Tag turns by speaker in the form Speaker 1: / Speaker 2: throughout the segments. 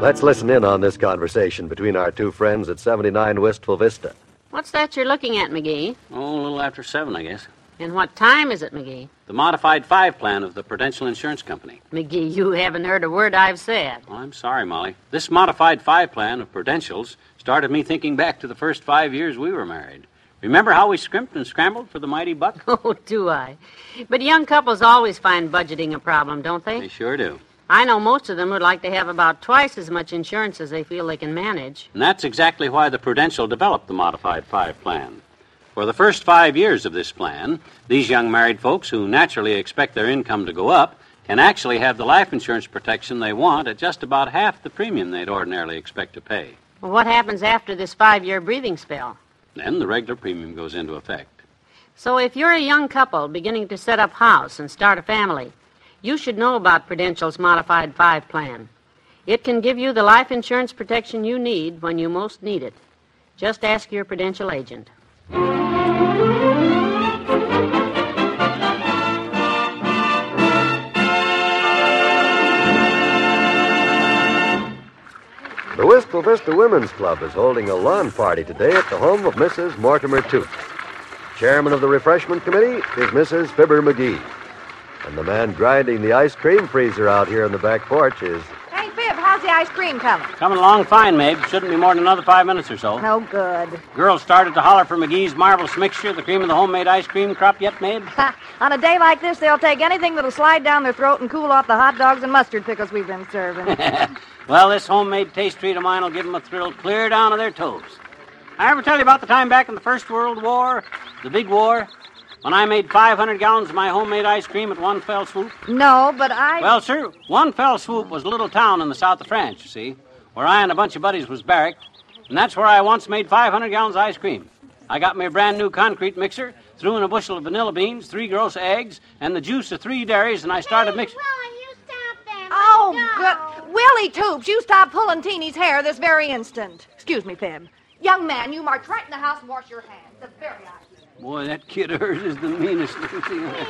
Speaker 1: Let's listen in on this conversation between our two friends at 79 Wistful Vista.
Speaker 2: What's that you're looking at, McGee?
Speaker 3: Oh, a little after seven, I guess.
Speaker 2: And what time is it, McGee?
Speaker 3: The modified five plan of the Prudential Insurance Company.
Speaker 2: McGee, you haven't heard a word I've said.
Speaker 3: Well, I'm sorry, Molly. This modified five plan of Prudential's started me thinking back to the first five years we were married. Remember how we scrimped and scrambled for the mighty buck?
Speaker 2: Oh, do I? But young couples always find budgeting a problem, don't
Speaker 3: They
Speaker 2: they?
Speaker 3: sure do.
Speaker 2: I know most of them would like to have about twice as much insurance as they feel they can manage.
Speaker 3: And that's exactly why the Prudential developed the modified five plan. For the first five years of this plan, these young married folks who naturally expect their income to go up can actually have the life insurance protection they want at just about half the premium they'd ordinarily expect to pay.
Speaker 2: Well, what happens after this five year breathing spell?
Speaker 3: Then the regular premium goes into effect.
Speaker 2: So, if you're a young couple beginning to set up house and start a family, you should know about Prudential's Modified 5 plan. It can give you the life insurance protection you need when you most need it. Just ask your Prudential agent.
Speaker 1: The Wistful Vista Women's Club is holding a lawn party today at the home of Mrs. Mortimer Toot. Chairman of the refreshment committee is Mrs. Fibber McGee. And the man grinding the ice cream freezer out here on the back porch is.
Speaker 4: Hey, Fib, how's the ice cream coming?
Speaker 3: Coming along fine, Mabe. Shouldn't be more than another five minutes or so.
Speaker 4: No good.
Speaker 3: Girls started to holler for McGee's marvelous mixture, the cream of the homemade ice cream crop yet, Mabe?
Speaker 4: Ha, On a day like this, they'll take anything that'll slide down their throat and cool off the hot dogs and mustard pickles we've been serving.
Speaker 3: well, this homemade taste treat of mine will give 'em a thrill clear down to their toes. I ever tell you about the time back in the First World War, the big war, when I made 500 gallons of my homemade ice cream at one fell swoop?
Speaker 4: no, but I.
Speaker 3: Well, sir, one fell swoop was a little town in the south of France, you see, where I and a bunch of buddies was barracked, and that's where I once made 500 gallons of ice cream. I got me a brand new concrete mixer, threw in a bushel of vanilla beans, three gross eggs, and the juice of three dairies, and I started mixing.
Speaker 5: Willie, you stop them.
Speaker 4: oh,
Speaker 5: Let's
Speaker 4: good. Willie Toops, you stop pulling Teeny's hair this very instant. Excuse me, Fib. Young man, you march right in the house and wash your hands. The very idea.
Speaker 3: Boy, that kid of hers is the meanest little thing. I-
Speaker 5: go.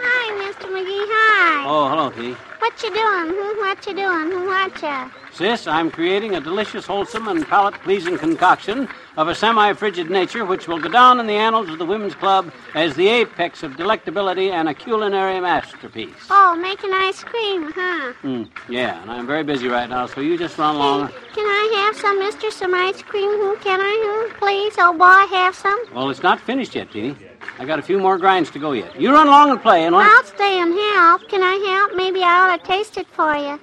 Speaker 5: Hi, Mr. McGee. Hi.
Speaker 3: Oh, hello, T.
Speaker 5: What you doing? Hmm? What you doing? Hmm, What ya?
Speaker 3: Sis, I'm creating a delicious, wholesome, and palate pleasing concoction of a semi frigid nature which will go down in the annals of the Women's Club as the apex of delectability and a culinary masterpiece.
Speaker 5: Oh, making ice cream, huh?
Speaker 3: Hmm, yeah, and I'm very busy right now, so you just run along.
Speaker 5: Can I have some, Mister? Some ice cream? Hmm? Can I? Hmm? Please, oh boy, have some.
Speaker 3: Well, it's not finished yet, Teeny. I got a few more grinds to go yet. You run along and play, and when...
Speaker 5: I'll stay and help. Can I help? Maybe I ought to taste it for you.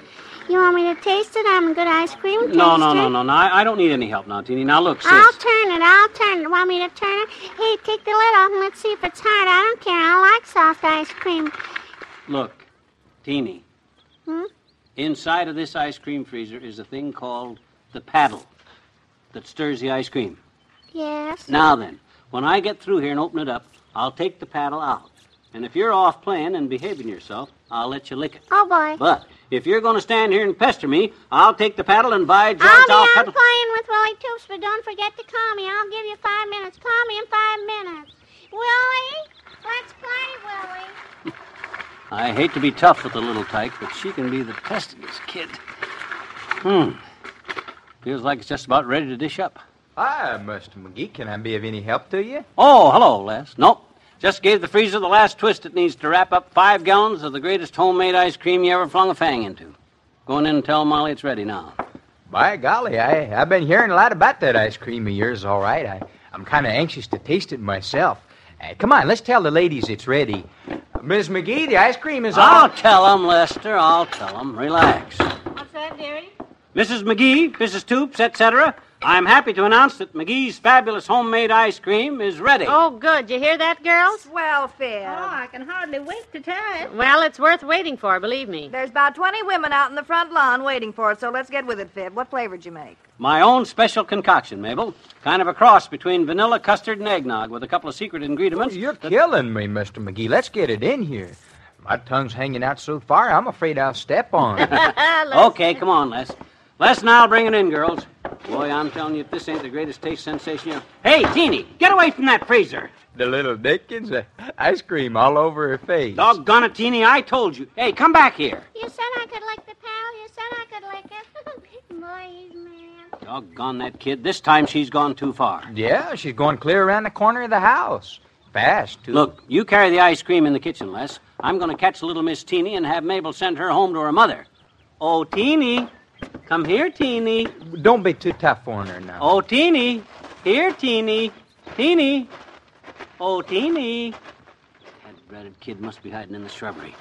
Speaker 5: You want me to taste it? I'm a good ice cream taster.
Speaker 3: No, no, no, no, no. I, I don't need any help now, Teeny. Now look, sis.
Speaker 5: I'll turn it. I'll turn it. Want me to turn it? Hey, take the lid off and let's see if it's hard. I don't care. I like soft ice cream.
Speaker 3: Look, Teeny.
Speaker 5: Hmm?
Speaker 3: Inside of this ice cream freezer is a thing called the paddle that stirs the ice cream.
Speaker 5: Yes.
Speaker 3: Now then, when I get through here and open it up, I'll take the paddle out. And if you're off playing and behaving yourself, I'll let you lick it.
Speaker 5: Oh boy.
Speaker 3: But if you're going to stand here and pester me, I'll take the paddle and by George,
Speaker 5: I'll be
Speaker 3: I'll
Speaker 5: out
Speaker 3: paddle-
Speaker 5: playing with Willie Toops, but don't forget to call me. I'll give you five minutes. Call me in five minutes. Willie, let's play, Willie.
Speaker 3: I hate to be tough with the little tyke, but she can be the testiest kid. Hmm. Feels like it's just about ready to dish up.
Speaker 6: Hi, Mr. McGee. Can I be of any help to you?
Speaker 3: Oh, hello, Les. Nope. Just gave the freezer the last twist it needs to wrap up five gallons of the greatest homemade ice cream you ever flung a fang into. Going in and tell Molly it's ready now.
Speaker 6: By golly, I, I've been hearing a lot about that ice cream of yours, all right. I, I'm kind of anxious to taste it myself. Uh, come on, let's tell the ladies it's ready. Miss McGee, the ice cream is
Speaker 3: I'll
Speaker 6: all.
Speaker 3: tell 'em, Lester. I'll tell 'em. Relax.
Speaker 2: What's that, dearie?
Speaker 3: Mrs. McGee, Mrs. Toops, etc. I'm happy to announce that McGee's fabulous homemade ice cream is ready.
Speaker 2: Oh, good. You hear that, girls?
Speaker 4: Well, Phil.
Speaker 5: Oh, I can hardly wait to try it.
Speaker 2: Well, it's worth waiting for, believe me.
Speaker 4: There's about 20 women out in the front lawn waiting for it, so let's get with it, Fib. What flavor'd you make?
Speaker 3: My own special concoction, Mabel. Kind of a cross between vanilla, custard, and eggnog with a couple of secret ingredients.
Speaker 6: You're killing me, Mr. McGee. Let's get it in here. My tongue's hanging out so far, I'm afraid I'll step on it.
Speaker 3: Okay, come on, Les. Les and I'll bring it in, girls. Boy, I'm telling you, if this ain't the greatest taste sensation you Hey, Teeny, get away from that freezer.
Speaker 6: the little Dickens, uh, ice cream all over her face.
Speaker 3: Doggone it, Teeny, I told you. Hey, come back here.
Speaker 5: You said I could lick the pal. You said I could lick it. Boy, he's mad.
Speaker 3: Doggone that kid. This time she's gone too far.
Speaker 6: Yeah, she's going clear around the corner of the house. Fast, too.
Speaker 3: Look, you carry the ice cream in the kitchen, Les. I'm going to catch little Miss Teeny and have Mabel send her home to her mother. Oh, Teeny. Come here, Teeny.
Speaker 6: Don't be too tough on her now.
Speaker 3: Oh, Teeny. Here, Teeny. Teeny. Oh, Teeny. That breaded kid must be hiding in the shrubbery.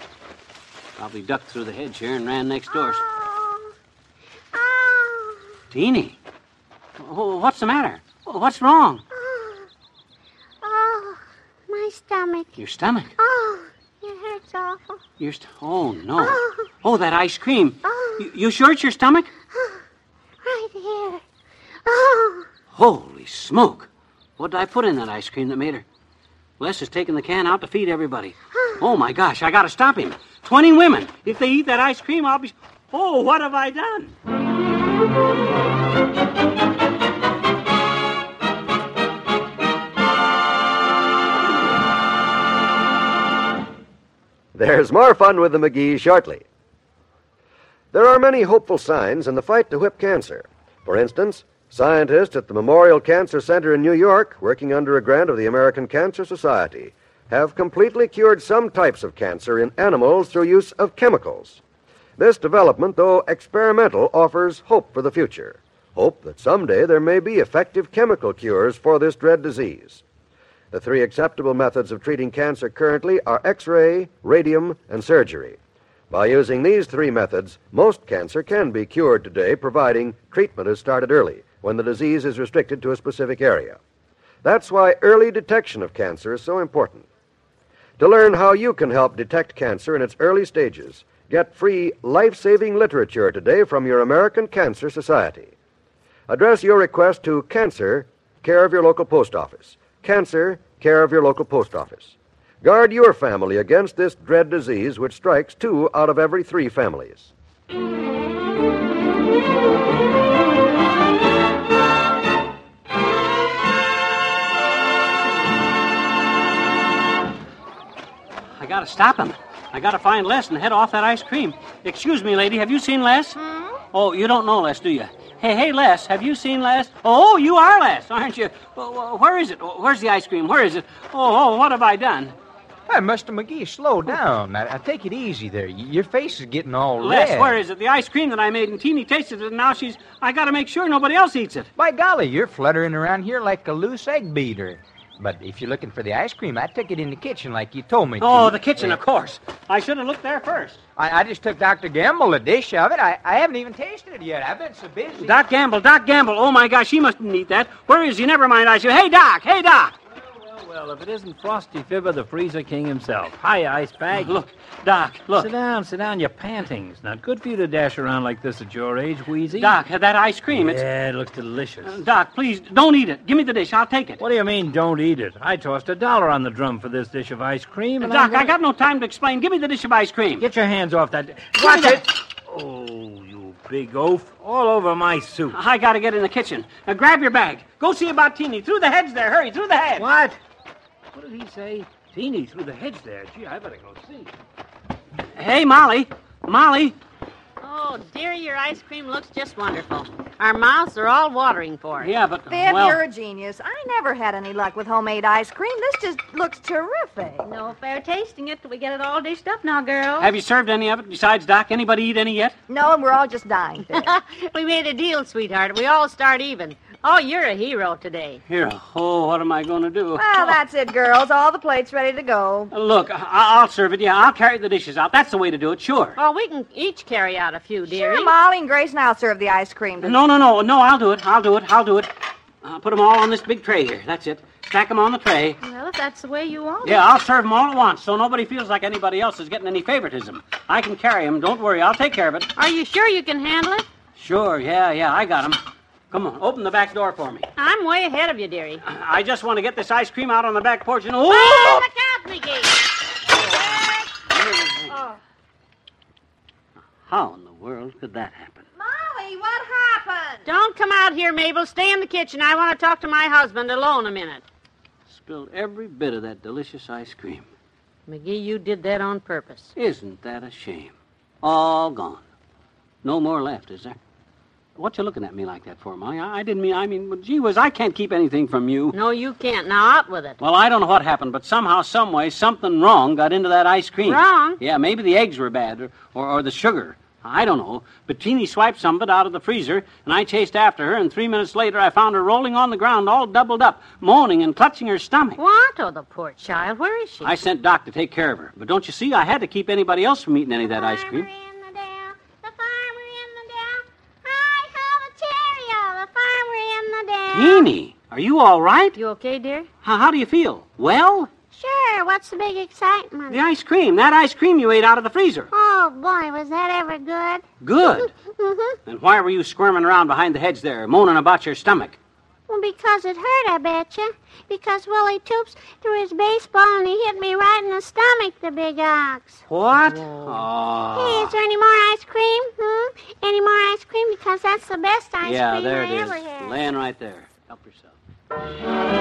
Speaker 3: Probably ducked through the hedge here and ran next door.
Speaker 5: Oh. Oh.
Speaker 3: Teeny. Oh, what's the matter? Oh, What's wrong?
Speaker 5: Oh. Oh. My stomach.
Speaker 3: Your stomach.
Speaker 5: Oh. It hurts awful.
Speaker 3: Your st- oh no. Oh, that ice cream. You, you sure it's your stomach?
Speaker 5: Right here. Oh.
Speaker 3: Holy smoke! What did I put in that ice cream that made her? Les is taking the can out to feed everybody. Oh my gosh, I gotta stop him. Twenty women. If they eat that ice cream, I'll be. Oh, what have I done?
Speaker 1: There's more fun with the McGee shortly. There are many hopeful signs in the fight to whip cancer. For instance, scientists at the Memorial Cancer Center in New York, working under a grant of the American Cancer Society, have completely cured some types of cancer in animals through use of chemicals. This development, though experimental, offers hope for the future. Hope that someday there may be effective chemical cures for this dread disease. The three acceptable methods of treating cancer currently are X ray, radium, and surgery. By using these three methods, most cancer can be cured today, providing treatment is started early when the disease is restricted to a specific area. That's why early detection of cancer is so important. To learn how you can help detect cancer in its early stages, get free life saving literature today from your American Cancer Society. Address your request to Cancer, care of your local post office. Cancer, care of your local post office. Guard your family against this dread disease which strikes two out of every three families.
Speaker 3: I gotta stop him. I gotta find Les and head off that ice cream. Excuse me, lady, have you seen Les? Oh, you don't know Les, do you? Hey, hey, Les, have you seen Les? Oh, you are Les, aren't you? Well, well, Where is it? Oh, Where's the ice cream? Where is it? Oh, oh, what have I done?
Speaker 6: Hey, Mr. McGee, slow down. Now, now, take it easy there. Y- Your face is getting all
Speaker 3: Les,
Speaker 6: red.
Speaker 3: where is it? The ice cream that I made and Teeny tasted it, and now she's. I gotta make sure nobody else eats it.
Speaker 6: By golly, you're fluttering around here like a loose egg beater. But if you're looking for the ice cream, I took it in the kitchen like you told me
Speaker 3: Oh,
Speaker 6: to.
Speaker 3: the kitchen, of course. I should have looked there first.
Speaker 6: I, I just took Dr. Gamble a dish of it. I, I haven't even tasted it yet. I've been so busy.
Speaker 3: Doc Gamble, Doc Gamble. Oh my gosh, he mustn't eat that. Where is he? Never mind. I said, hey Doc, hey Doc.
Speaker 7: Well, well, if it isn't Frosty Fibber, the Freezer King himself. Hi, Ice Bag.
Speaker 3: Look, Doc, look.
Speaker 7: Sit down, sit down. You're panting. It's not good for you to dash around like this at your age, Wheezy.
Speaker 3: Doc, that ice cream. It's
Speaker 7: Yeah, it looks delicious.
Speaker 3: Doc, please don't eat it. Give me the dish. I'll take it.
Speaker 7: What do you mean, don't eat it? I tossed a dollar on the drum for this dish of ice cream. and I'm
Speaker 3: Doc, I
Speaker 7: gonna-
Speaker 3: got no time to explain. Give me the dish of ice cream.
Speaker 7: Get your hands off that.
Speaker 3: me
Speaker 7: Watch
Speaker 3: that-
Speaker 7: it! Oh, you big oaf. All over my soup.
Speaker 3: I gotta get in the kitchen. Now grab your bag. Go see about Teeny. Through the hedge there. Hurry, through the hedge.
Speaker 7: What? What did he say? Teeny through the hedge there. Gee, I better go see.
Speaker 3: Hey, Molly. Molly.
Speaker 2: Oh, dear, your ice cream looks just wonderful. Our mouths are all watering for it.
Speaker 3: Yeah, but
Speaker 4: Fib,
Speaker 3: Uh, well,
Speaker 4: you're a genius. I never had any luck with homemade ice cream. This just looks terrific.
Speaker 5: No fair tasting it till we get it all dished up now, girls.
Speaker 3: have you served any of it besides Doc? Anybody eat any yet?
Speaker 4: No, and we're all just dying, Fib.
Speaker 2: we made a deal, sweetheart. We all start even. Oh, you're a hero today.
Speaker 3: Here. Oh, what am I going to do?
Speaker 4: Well, that's it, girls. All the plates ready to go.
Speaker 3: Look, I- I'll serve it. Yeah, I'll carry the dishes out. That's the way to do it, sure.
Speaker 2: Oh, we can each carry out a few, dearie.
Speaker 4: Sure, Molly and Grace and I'll serve the ice cream. to-
Speaker 3: No, no, no, no. I'll do it. I'll do it. I'll do it. I'll put them all on this big tray here. That's it. Stack them on the tray.
Speaker 5: Well, if that's the way you want
Speaker 3: Yeah, I'll serve them all at once, so nobody feels like anybody else is getting any favoritism. I can carry them. Don't worry. I'll take care of it.
Speaker 2: Are you sure you can handle it?
Speaker 3: Sure. Yeah, yeah. I got them. Come on. Open the back door for me.
Speaker 2: I'm way ahead of you, dearie.
Speaker 3: I just want to get this ice cream out on the back porch and.
Speaker 5: Oh,
Speaker 3: Oh!
Speaker 5: look out, McGee.
Speaker 3: How in the world could that happen?
Speaker 4: Molly, what happened?
Speaker 2: Don't come out here, Mabel. Stay in the kitchen. I want to talk to my husband alone a minute.
Speaker 3: Spilled every bit of that delicious ice cream.
Speaker 2: McGee, you did that on purpose.
Speaker 3: Isn't that a shame? All gone. No more left, is there? What you looking at me like that for, Molly? I, I didn't mean. I mean, well, gee whiz, I can't keep anything from you.
Speaker 2: No, you can't. Now out with it.
Speaker 3: Well, I don't know what happened, but somehow, some way, something wrong got into that ice cream.
Speaker 2: Wrong?
Speaker 3: Yeah, maybe the eggs were bad, or, or, or the sugar. I don't know. But Teeny swiped some of it out of the freezer, and I chased after her, and three minutes later I found her rolling on the ground, all doubled up, moaning and clutching her stomach.
Speaker 2: What? Oh, the poor child. Where is she?
Speaker 3: I sent Doc to take care of her, but don't you see, I had to keep anybody else from eating any of that ice cream.
Speaker 5: The farmer in the dell, the farmer in the dell. Hi, ho, cheerio, the farmer in the
Speaker 3: Hmm?
Speaker 5: dell.
Speaker 3: Teeny, are you all right?
Speaker 2: You okay, dear?
Speaker 3: How, how do you feel? Well,
Speaker 5: Sure, what's the big excitement?
Speaker 3: the ice cream, that ice cream you ate out of the freezer.
Speaker 5: Oh, boy, was that ever good?
Speaker 3: Good.
Speaker 5: Mm-hmm.
Speaker 3: Then why were you squirming around behind the hedge there, moaning about your stomach?
Speaker 5: Well, because it hurt, I betcha. Because Willie Toops threw his baseball and he hit me right in the stomach, the big ox.
Speaker 3: What?
Speaker 5: Hey,
Speaker 3: Oh.
Speaker 5: is there any more ice cream? Hmm? Any more ice cream? Because that's the best ice
Speaker 3: yeah,
Speaker 5: cream
Speaker 3: there
Speaker 5: I
Speaker 3: it is.
Speaker 5: ever had.
Speaker 3: Laying right there. Help yourself.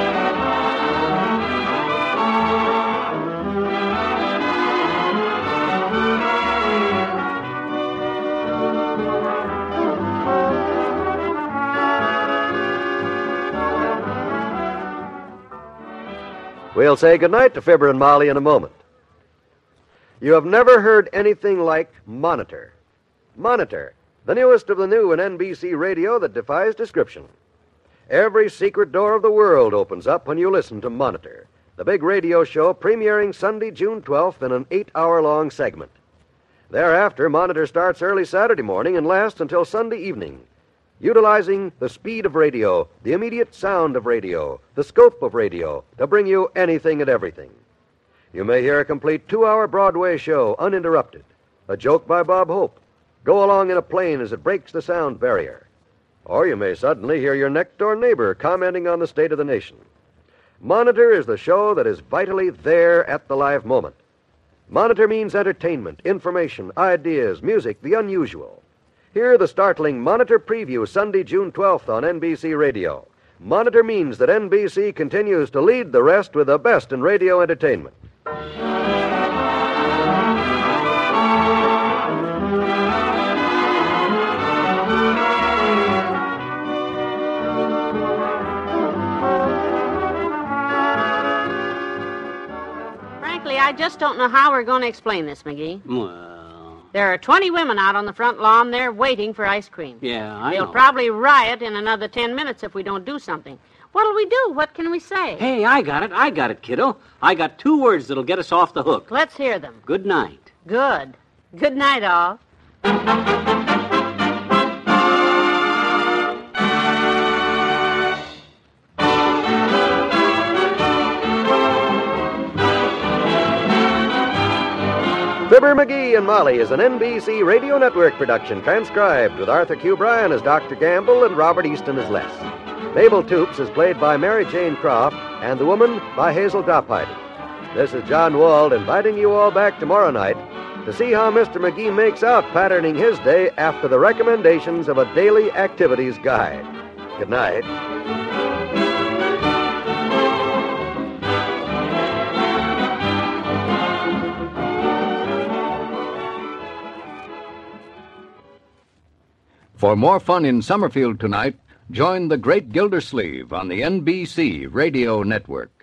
Speaker 1: We'll say goodnight to Fibber and Molly in a moment. You have never heard anything like Monitor. Monitor, the newest of the new in NBC radio that defies description. Every secret door of the world opens up when you listen to Monitor, the big radio show premiering Sunday, June 12th in an eight hour long segment. Thereafter, Monitor starts early Saturday morning and lasts until Sunday evening, utilizing the speed of radio, the immediate sound of radio, the scope of radio to bring you anything and everything. You may hear a complete two hour Broadway show uninterrupted, a joke by Bob Hope, go along in a plane as it breaks the sound barrier, or you may suddenly hear your next door neighbor commenting on the state of the nation. Monitor is the show that is vitally there at the live moment. Monitor means entertainment, information, ideas, music, the unusual. Hear the startling Monitor preview Sunday, June 12th on NBC Radio. Monitor means that NBC continues to lead the rest with the best in radio entertainment.
Speaker 2: Frankly, I just don't know how we're going to explain this, McGee.
Speaker 3: Well,
Speaker 2: There are 20 women out on the front lawn there waiting for ice cream.
Speaker 3: yeah, I
Speaker 2: They'll
Speaker 3: know.
Speaker 2: probably riot in another 10 minutes if we don't do something. What'll we do? What can we say?
Speaker 3: Hey, I got it. I got it, kiddo. I got two words that'll get us off the hook.
Speaker 2: Let's hear them.
Speaker 3: Good night.
Speaker 2: Good. Good night, all.
Speaker 1: Fibber McGee and Molly is an NBC Radio Network production transcribed with Arthur Q. Bryan as Dr. Gamble and Robert Easton as Les. Mabel Toops is played by Mary Jane Croft and the woman by Hazel Doppheide. This is John Wald inviting you all back tomorrow night to see how Mr. McGee makes out patterning his day after the recommendations of a daily activities guide. Good night.
Speaker 8: For more fun in Summerfield tonight, join the Great Gildersleeve on the NBC Radio Network.